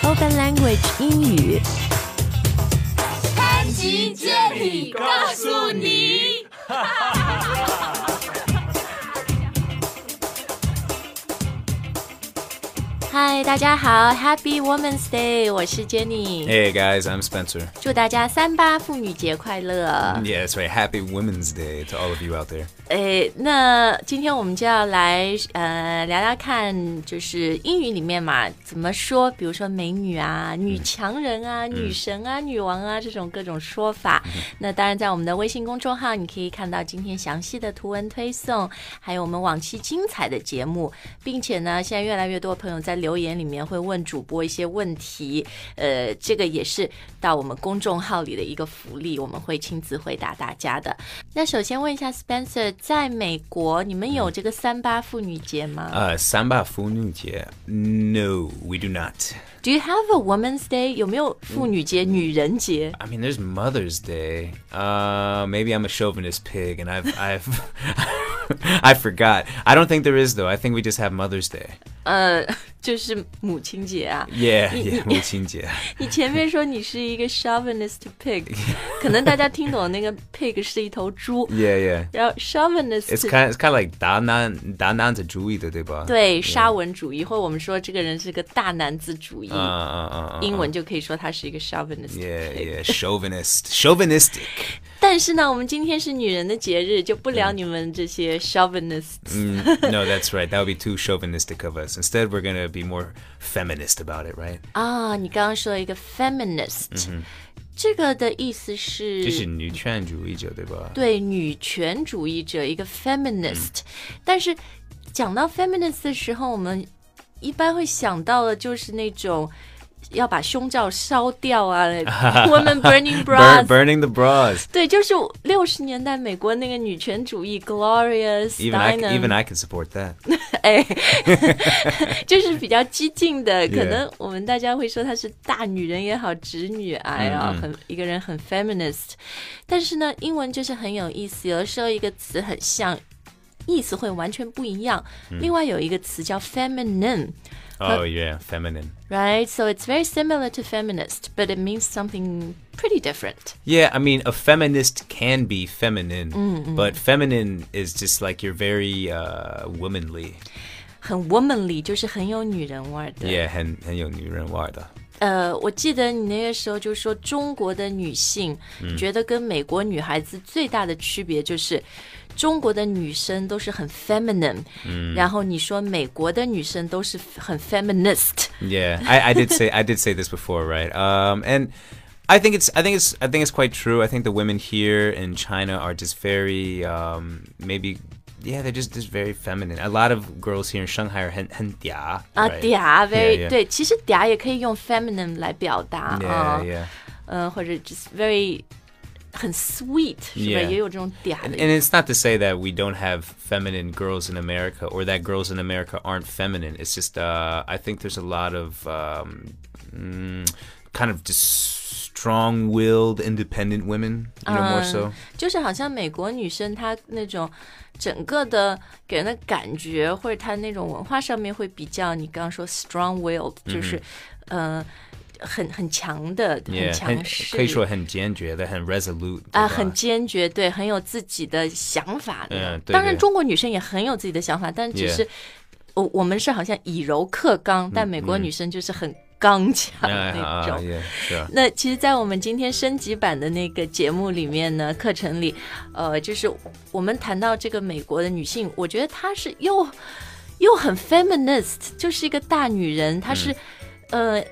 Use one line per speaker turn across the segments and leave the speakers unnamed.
Spoken Language 英语。
潘吉接力告诉你。
嗨，大家好，Happy Women's Day，我是 Jenny，
Hey guys, I'm Spencer.
祝大家三八妇女节快乐。
Yeah, that's right. Happy Women's Day to all of you out there.
诶，哎那今天我们就要来呃聊聊看，就是英语里面嘛怎么说，比如说美女啊、女强人啊、女神啊、女王啊这种各种说法。那当然，在我们的微信公众号，你可以看到今天详细的图文推送，还有我们往期精彩的节目，并且呢，现在越来越多朋友在留言里面会问主播一些问题，呃，这个也是到我们公众号里的一个福利，我们会亲自回答大家的。那首先问一下 Spencer，在美国你们有这个三八妇女节吗、
Uh, Samba Funujie. No, we do not.
d o you have a Woman's Day？有没有妇女节、女人节？
I mean, there's Mother's Day. Uh, maybe I'm a chauvinist pig, and I've, I've, I forgot. I don't think there is though. I think we just have Mother's Day.
呃，就是母亲节啊。
Yeah,
You-
yeah,
you-
母亲节.
你前面说你是一个 chauvinist pig，可能大家听懂那个 pig 是一头猪，
Yeah, yeah.
然后 chauvinist
It's kind, it's kind of like 达南达南子主义的，对吧？
对沙文主义，或者我们说这个人是个大男子主义，
Uh, uh, uh, uh,
英文就可以说他是一个 chauvinist
Yeah,
pig。
yeah. Chauvinist, chauvinistic.
但是呢，我们今天是女人的节日，就不聊你们这些 chauvinists。
Mm, no, that's right. That would be too chauvinistic of us. Instead, we're going to be more feminist about it, right?
啊，你刚刚说一个 feminist，、这个的意思嗯是
就是女权主义者，对吧？
对女权主义者一个 feminist，、但是讲到 feminist 的时候，我们一般会想到的就是那种要把胸罩烧掉 啊，women burning bras。
Burn, burning the bras.
对，就是六十年代美国那个女权主义 Gloria
Even I,
Steinem，
even I can support that.
哎， 就是比较激进的，可
Yeah.
能我们大家会说她是大女人也好，直女癌
嗯
啊，很一个人很 feminist。但是呢，英文就是很有意思，有的时候一个词很像，意思会完全不一样。
嗯
另外有一个词叫 feminine。
Oh, yeah, feminine.
Right, so it's very similar to feminist, but it means something pretty different.
Yeah, I mean, a feminist can be feminine, but feminine is just like you're very uh, womanly.
很 womanly，就是很有女人味儿的。
Yeah, 很-很有女人味儿的。
呃，我记得你那个时候就说中国的女性，觉得跟美国女孩子最大的区别就是，中国的女生都是很 feminine，、然后你说美国的女生都是很 feminist，
Yeah, I, I did say I did say this before, right? Um, and I think it's I think it's I think it's quite true. I think the women here in China are just very um, maybe yeah they're just just very feminine. A lot of girls here in Shanghai are 很-很嗲,
啊
right?
嗲 very
yeah.
对，其实嗲也可以用 feminine 来表达啊
Yeah,，yeah.
呃，或者 just very 很 sweet 是不是
Yeah
也有这种嗲的
And,
意
and it's not to say that we don't have feminine girls in America or that girls in America aren't feminine. It's just uh, I think there's a lot of um, mm, kind of just strong-willed, independent women, you know,
Ah.
more so.
嗯就是好像美国女生她那种整个的给人的感觉，或者她那种文化上面会比较你刚刚说 strong willed，、就是
嗯
呃很很强的、很
Yeah,
强势，
很可以说很坚决的，很 resolute
啊、很坚决，对，很有自己的想法的。
嗯对
当然，
对
中国女生也很有自己的想法，但只是
Yeah
我我们是好像以柔克刚，但美
嗯
国女生就是很刚强
哎
那
啊
种。那其实，在我们今天升级版的那个节目里面呢，课程里，呃，就是我们谈到这个美国的女性，我觉得她是又又很 feminist，就是一个大女人，她是、呃。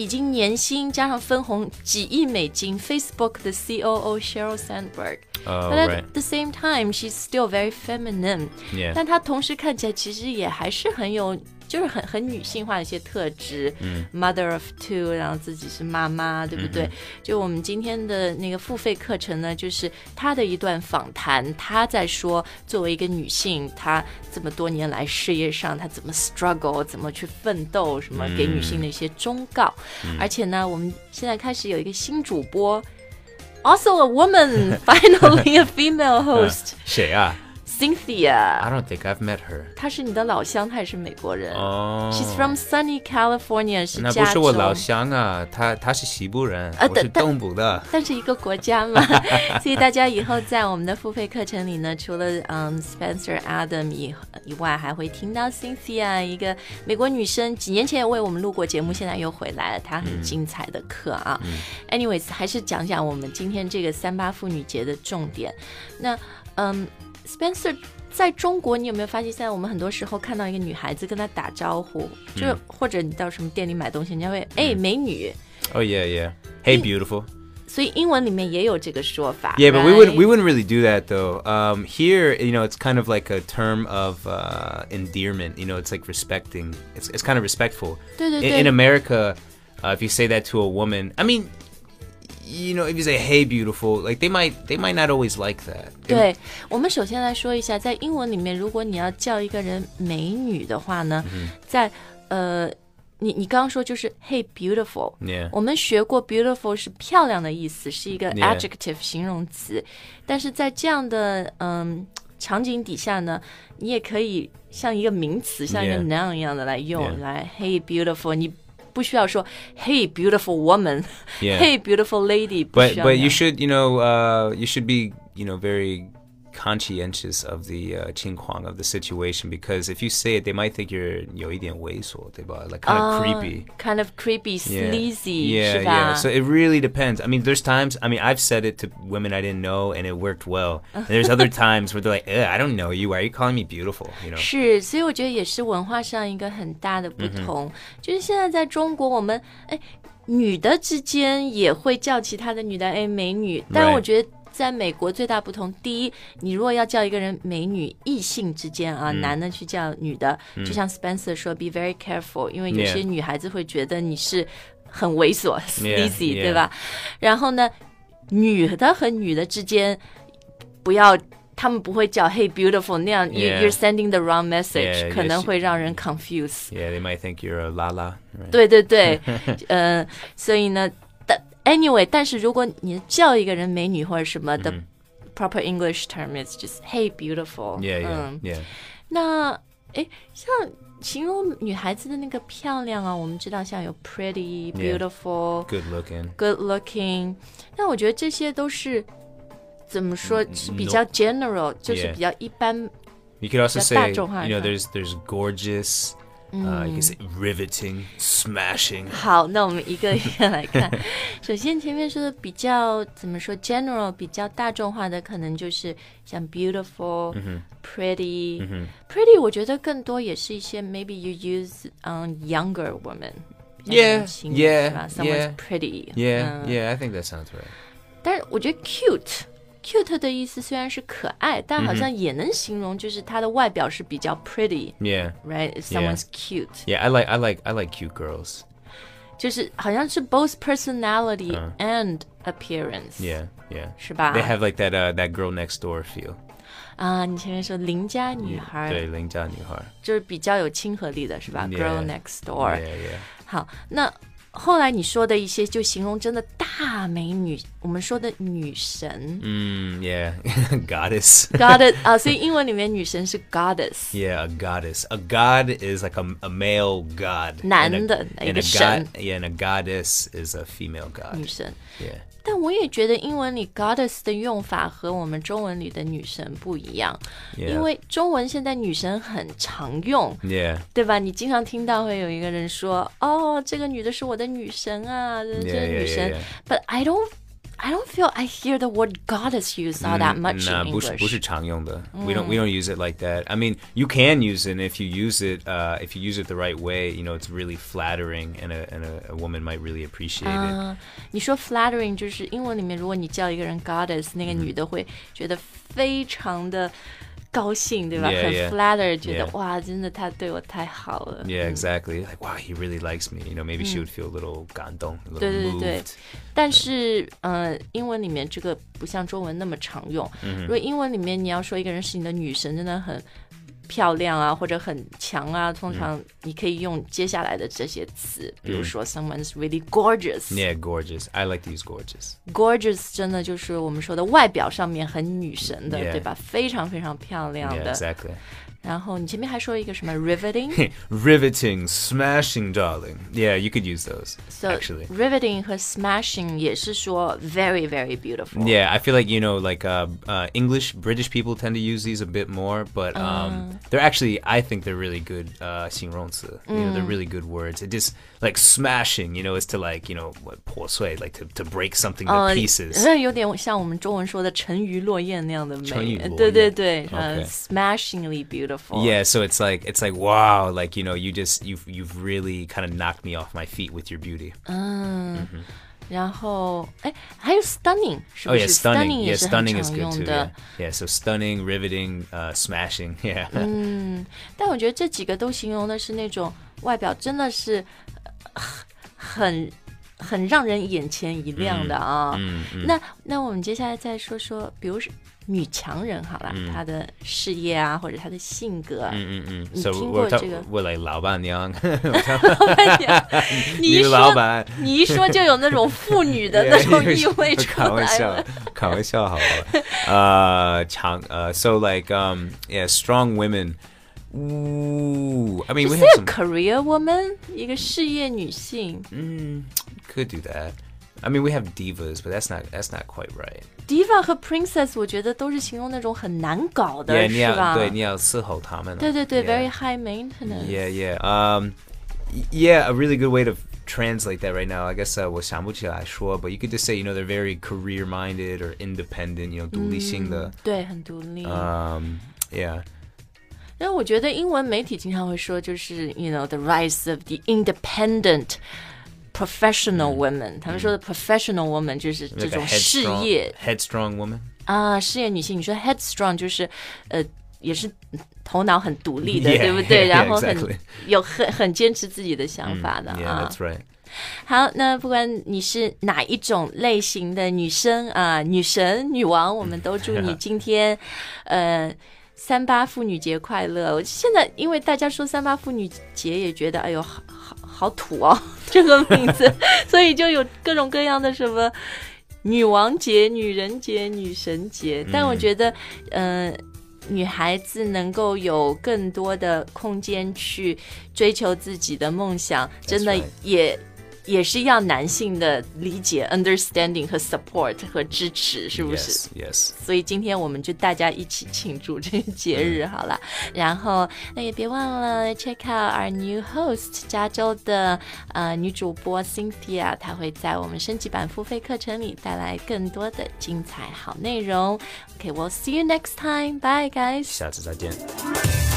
已经年薪加上分红几亿美金，Facebook 的 COO Sheryl Sandberg。
Oh,
But
right.
at the same time, she's still very feminine.
Yeah.
但她同时看起来其实也还是很有，就是很很女性化的一些特质。嗯，mother of two，然后自己是妈妈，对不对？就我们今天的那个付费课程呢，就是她的一段访谈，她在说作为一个女性，她这么多年来事业上她怎么 struggle，怎么去奋斗，什么给女性的一些忠告。而且呢，我们现在开始有一个新主播。Also, a woman, finally a female host.
谁啊？
Cynthia，
I don't think I've met her.
她是你的老乡，她也是美国人。
哦
呃 She's from sunny California，是
那不
加
是
州。
我老乡啊，他他是西部人，
啊
我
但
是
但
东部的。
但是一个国家嘛， 所以大家以后在我们的付费课程里呢，除了嗯 Spencer Adam 以以外，还会听到 Cynthia 一个美国女生，几年前也为我们录过节目，现在又回来了，她很精彩的课啊。Anyways，还是讲讲我们今天这个三八妇女节的重点。那嗯，Spencer。在中国，你有没有发现，现在我们很多时候看到一个女孩子跟她打招呼，就是或者你到什么店里买东西，人家会哎美女，
Oh yeah, yeah. Hey, beautiful.
所以英文里面也有这个说法。
Yeah, but we wouldn't
right?
we wouldn't really do that though. Um, here, you know, it's kind of like a term of uh, endearment. You know, it's like respecting. It's it's kind of respectful.
对对
In, in
对
America, uh, if you say that to a woman, I mean, you know, if you say "Hey, beautiful," like they might they might not always like that. They-
对，我们首先来说一下，在英文里面，如果你要叫一个人美女的话呢，
嗯
在呃，你你刚刚说就是 Hey beautiful，
Yeah.
我们学过 beautiful 是漂亮的意思，是一个
Yeah.
adjective 形容词，但是在这样的嗯场景底下呢，你也可以像一个名词，像一个
Yeah.
noun 一样的来用
Yeah.
来 Hey beautiful，你不需要说 Hey beautiful
Yeah.
woman，Hey beautiful lady，不
But
需要
but
那
you
样
should you know uh, you should be you know very conscientious of the uh, qingguang of the situation because if you say it, they might think you're 有一点猥琐，对吧？Like kind
Ah,
of creepy.
啊 kind of creepy,
Yeah.
sleazy，
Yeah,
是
yeah.
吧
So it really depends. I mean, there's times. I mean, I've said it to women I didn't know, and it worked well. And there's other times where they're like, Ugh, "I don't know you. Why are you calling me beautiful?" You know.
是，所以我觉得也是文化上一个很大的不同，
嗯
就是现在在中国，我们哎，女的之间也会叫其他的女的哎美女，但
Right
我觉得。在美国最大不同，第一，你如果要叫一个人美女，异性之间啊，
嗯
男的去叫女的，就像 Spencer 说，be very careful，因为有
Yeah
些女孩子会觉得你是很猥琐
Yeah，
sleazy，
yeah
对吧？然后呢，女的和女的之间不要，他们不会叫 “Hey beautiful” 那样
Yeah.
you you're sending the wrong message，
Yeah，
可能
也是
会让人 confuse。
Yeah, they might think you're a lala. Right?
对对 对，呃，所以呢，但 anyway，但是如果你叫一个人美女或者什么的。Proper
嗯
English term is just "Hey, beautiful."
Yeah, yeah,
嗯，
yeah.
那哎，像形容女孩子的那个漂亮啊，我们知道像有 pretty,
Yeah.
beautiful,
Good looking.
good looking，但我觉得这些都是怎么说是比
no
较 general，就是
嗯 Yeah
比较一般。
You could also
That's
say,
not
you
so hard, huh?
know,
Mm.
there's there's gorgeous. Uh, you can say riveting, smashing.
嗯好，那我们一个一个来看。 首先前面说的比较怎么说 general，比较大众化的，可能就是像 beautiful、pretty、pretty，我觉
嗯 Mm-hmm.
得更多也是一些 maybe you use on younger woman。比较
Yeah，
年轻
yeah，
是吧？Someone's
yeah
pretty，
Yeah,
嗯
yeah. I think that sounds right.
但是我觉得 cute。cute 的意思虽然是可爱，但好
嗯
像也能形容就是它的外表是比较 pretty，right？If
Yeah,
someone's cute，、
yeah. I like I like I like cute girls.
就是好像是 both personality and appearance，、
嗯 Yeah, yeah.
是吧
They？have like that uh, that girl next door feel.
啊，你前面说邻家女孩
嗯对，邻家女孩。
就是比较有亲和力的，是吧
Yeah
？Girl next door。
Yeah, yeah.
好，那后来你说的一些就形容真的大美女，我们说的女神、
Mm, yeah. goddess.
g o d d e s 啊，所以英文里面女神是 goddess。
Yeah, a goddess. A god is like a, a male god. and a,
男的，
and a
一个神。
god, yeah, and a goddess is a female
女
god.
神，
Yeah.
但我也觉得英文里 goddess 的用法和我们中文里的女神不一样
Yeah.
因为中文现在女神很常用，
Yeah.
对吧？你经常听到会有一个人说：“哦，这个女的是我的女神啊，这这
yeah,
个女
yeah,
神。
yeah.
But I don't, I don't feel I hear the word goddess used all that much in
Nah, Mm，不是
English.
-
Mm.
不是常用的。We don't we don't use it like that. I mean, you can use it, and if you use it, uh, if you use it the right way, you know, it's really flattering, and a and a, a woman might really appreciate it.
嗯，你说 flattering 就是英文里面，如果你叫一个人 goddess，那个
Mm
女的会觉得非常的高兴，对吧
Yeah,
很
yeah.
flatter，觉得
Yeah.
哇，真的她对我太好了。
Yeah, exactly. Like, wow, he really likes me. You know, maybe
Mm.
she would feel a little gandong, a
对
little
对
moved.
对，但是呃，英文里面这
嗯
个不像中文那么常用。如果英文里面你要说一个人是你的女神，真的很漂亮啊，或者很强啊，通
嗯
常你可以用接下来的这些词，比如说 someone's really gorgeous。
Yeah, gorgeous. I like to use gorgeous.
gorgeous 真的就是我们说的外表上面很女神的
Yeah.
对吧？非常非常漂亮
Yeah,
的。
exactly.
然后你前面还说了一个什么 riveting，
Riveting, smashing, darling. Yeah, you could use those
so
actually.
riveting 和 smashing 也是说 very very beautiful。
Yeah, I feel like you know, like uh, uh, English British people tend to use these a bit more, but um, they're actually I think they're really good uh, 形容词. You know, they're really good words. It just like smashing, you know, is to like you know what 破碎, like to, to break something to
呃，
pieces.
那 有点像我们中文说的“沉鱼落雁”那样的
沉
美
鱼落，雁
对对对，呃
OK
，smashingly beautiful。
Yeah, so it's like it's like wow, like you know, you just you've you've really kind of knocked me off my feet with your beauty.
然后，哎，还有 stunning，是
Oh
不
yeah,
是
stunning.
也
Yeah,
是很
stunning is
常
good
用
too.
的
Yeah. yeah, so stunning, riveting, uh, smashing. Yeah.
Mm, 但我觉得这几个都形容的是那种外表真的是呃很很让人眼前一亮的啊。
嗯
那那我们接下来再说说，比如是女强人好了，
嗯
她的事业啊，或者她的性格。啊
Mm-mm.
你
嗯 So
听
we're
过
ta-
这个
we're like 老板娘,
你一说，
女老板。
你一说就有那种妇女
哎
的那 种意味出来了。
开玩笑，开玩笑好了。呃，强呃 Uh, so like um yeah, strong women. Ooh, I mean we
Is
have
it a
some
career woman？一个事业女性
could do that. I mean we have divas, but that's not that's not quite right.
，diva 和 princess，我觉得都是形容那种很难搞的
Yeah,
是吧？
你要对你要伺候他们。
对对对
Yeah.
，very high maintenance。
Yeah, yeah. Um, y- yeah, a really good way to translate that right now. I guess uh, 我想不起来说, but you could just say, you know, they're very career minded or independent, you know, 独立性的.
对，很独立。
Um, yeah.
因为我觉得英文媒体经常会说，就是，you know，the rise of the independent professional women。他们说的 professional woman 就是这
Like
种
a
事
headstrong,
业
headstrong woman.
啊，事业女性。你说 headstrong 就是，呃，也是头脑很独立的
Yeah,
对不对
yeah,
然后很
exactly. 嗯
有很很坚持自己的想法的
Yeah,
啊。
that's right.
好，那不管你是哪一种类型的女生啊、女神、女王，我们都祝你今天， 呃，三八妇女节快乐！我现在因为大家说三八妇女节，也觉得哎呦，好好好土哦， 这个名字，所以就有各种各样的什么。女王节、女人节、女神节，但我觉得，嗯、女孩子能够有更多的空间去追求自己的梦想，真的
right.
也也是要男性的理解、understanding 和 support 和支持，是不是
Yes, yes.
所以今天我们就大家一起庆祝这个节日好了。然后那也别忘了 check out our new host 加州的呃女主播 Cynthia，她会在我们升级版付费课程里带来更多的精彩好内容。OK，we'll、see you next time. Bye guys.
下次再见。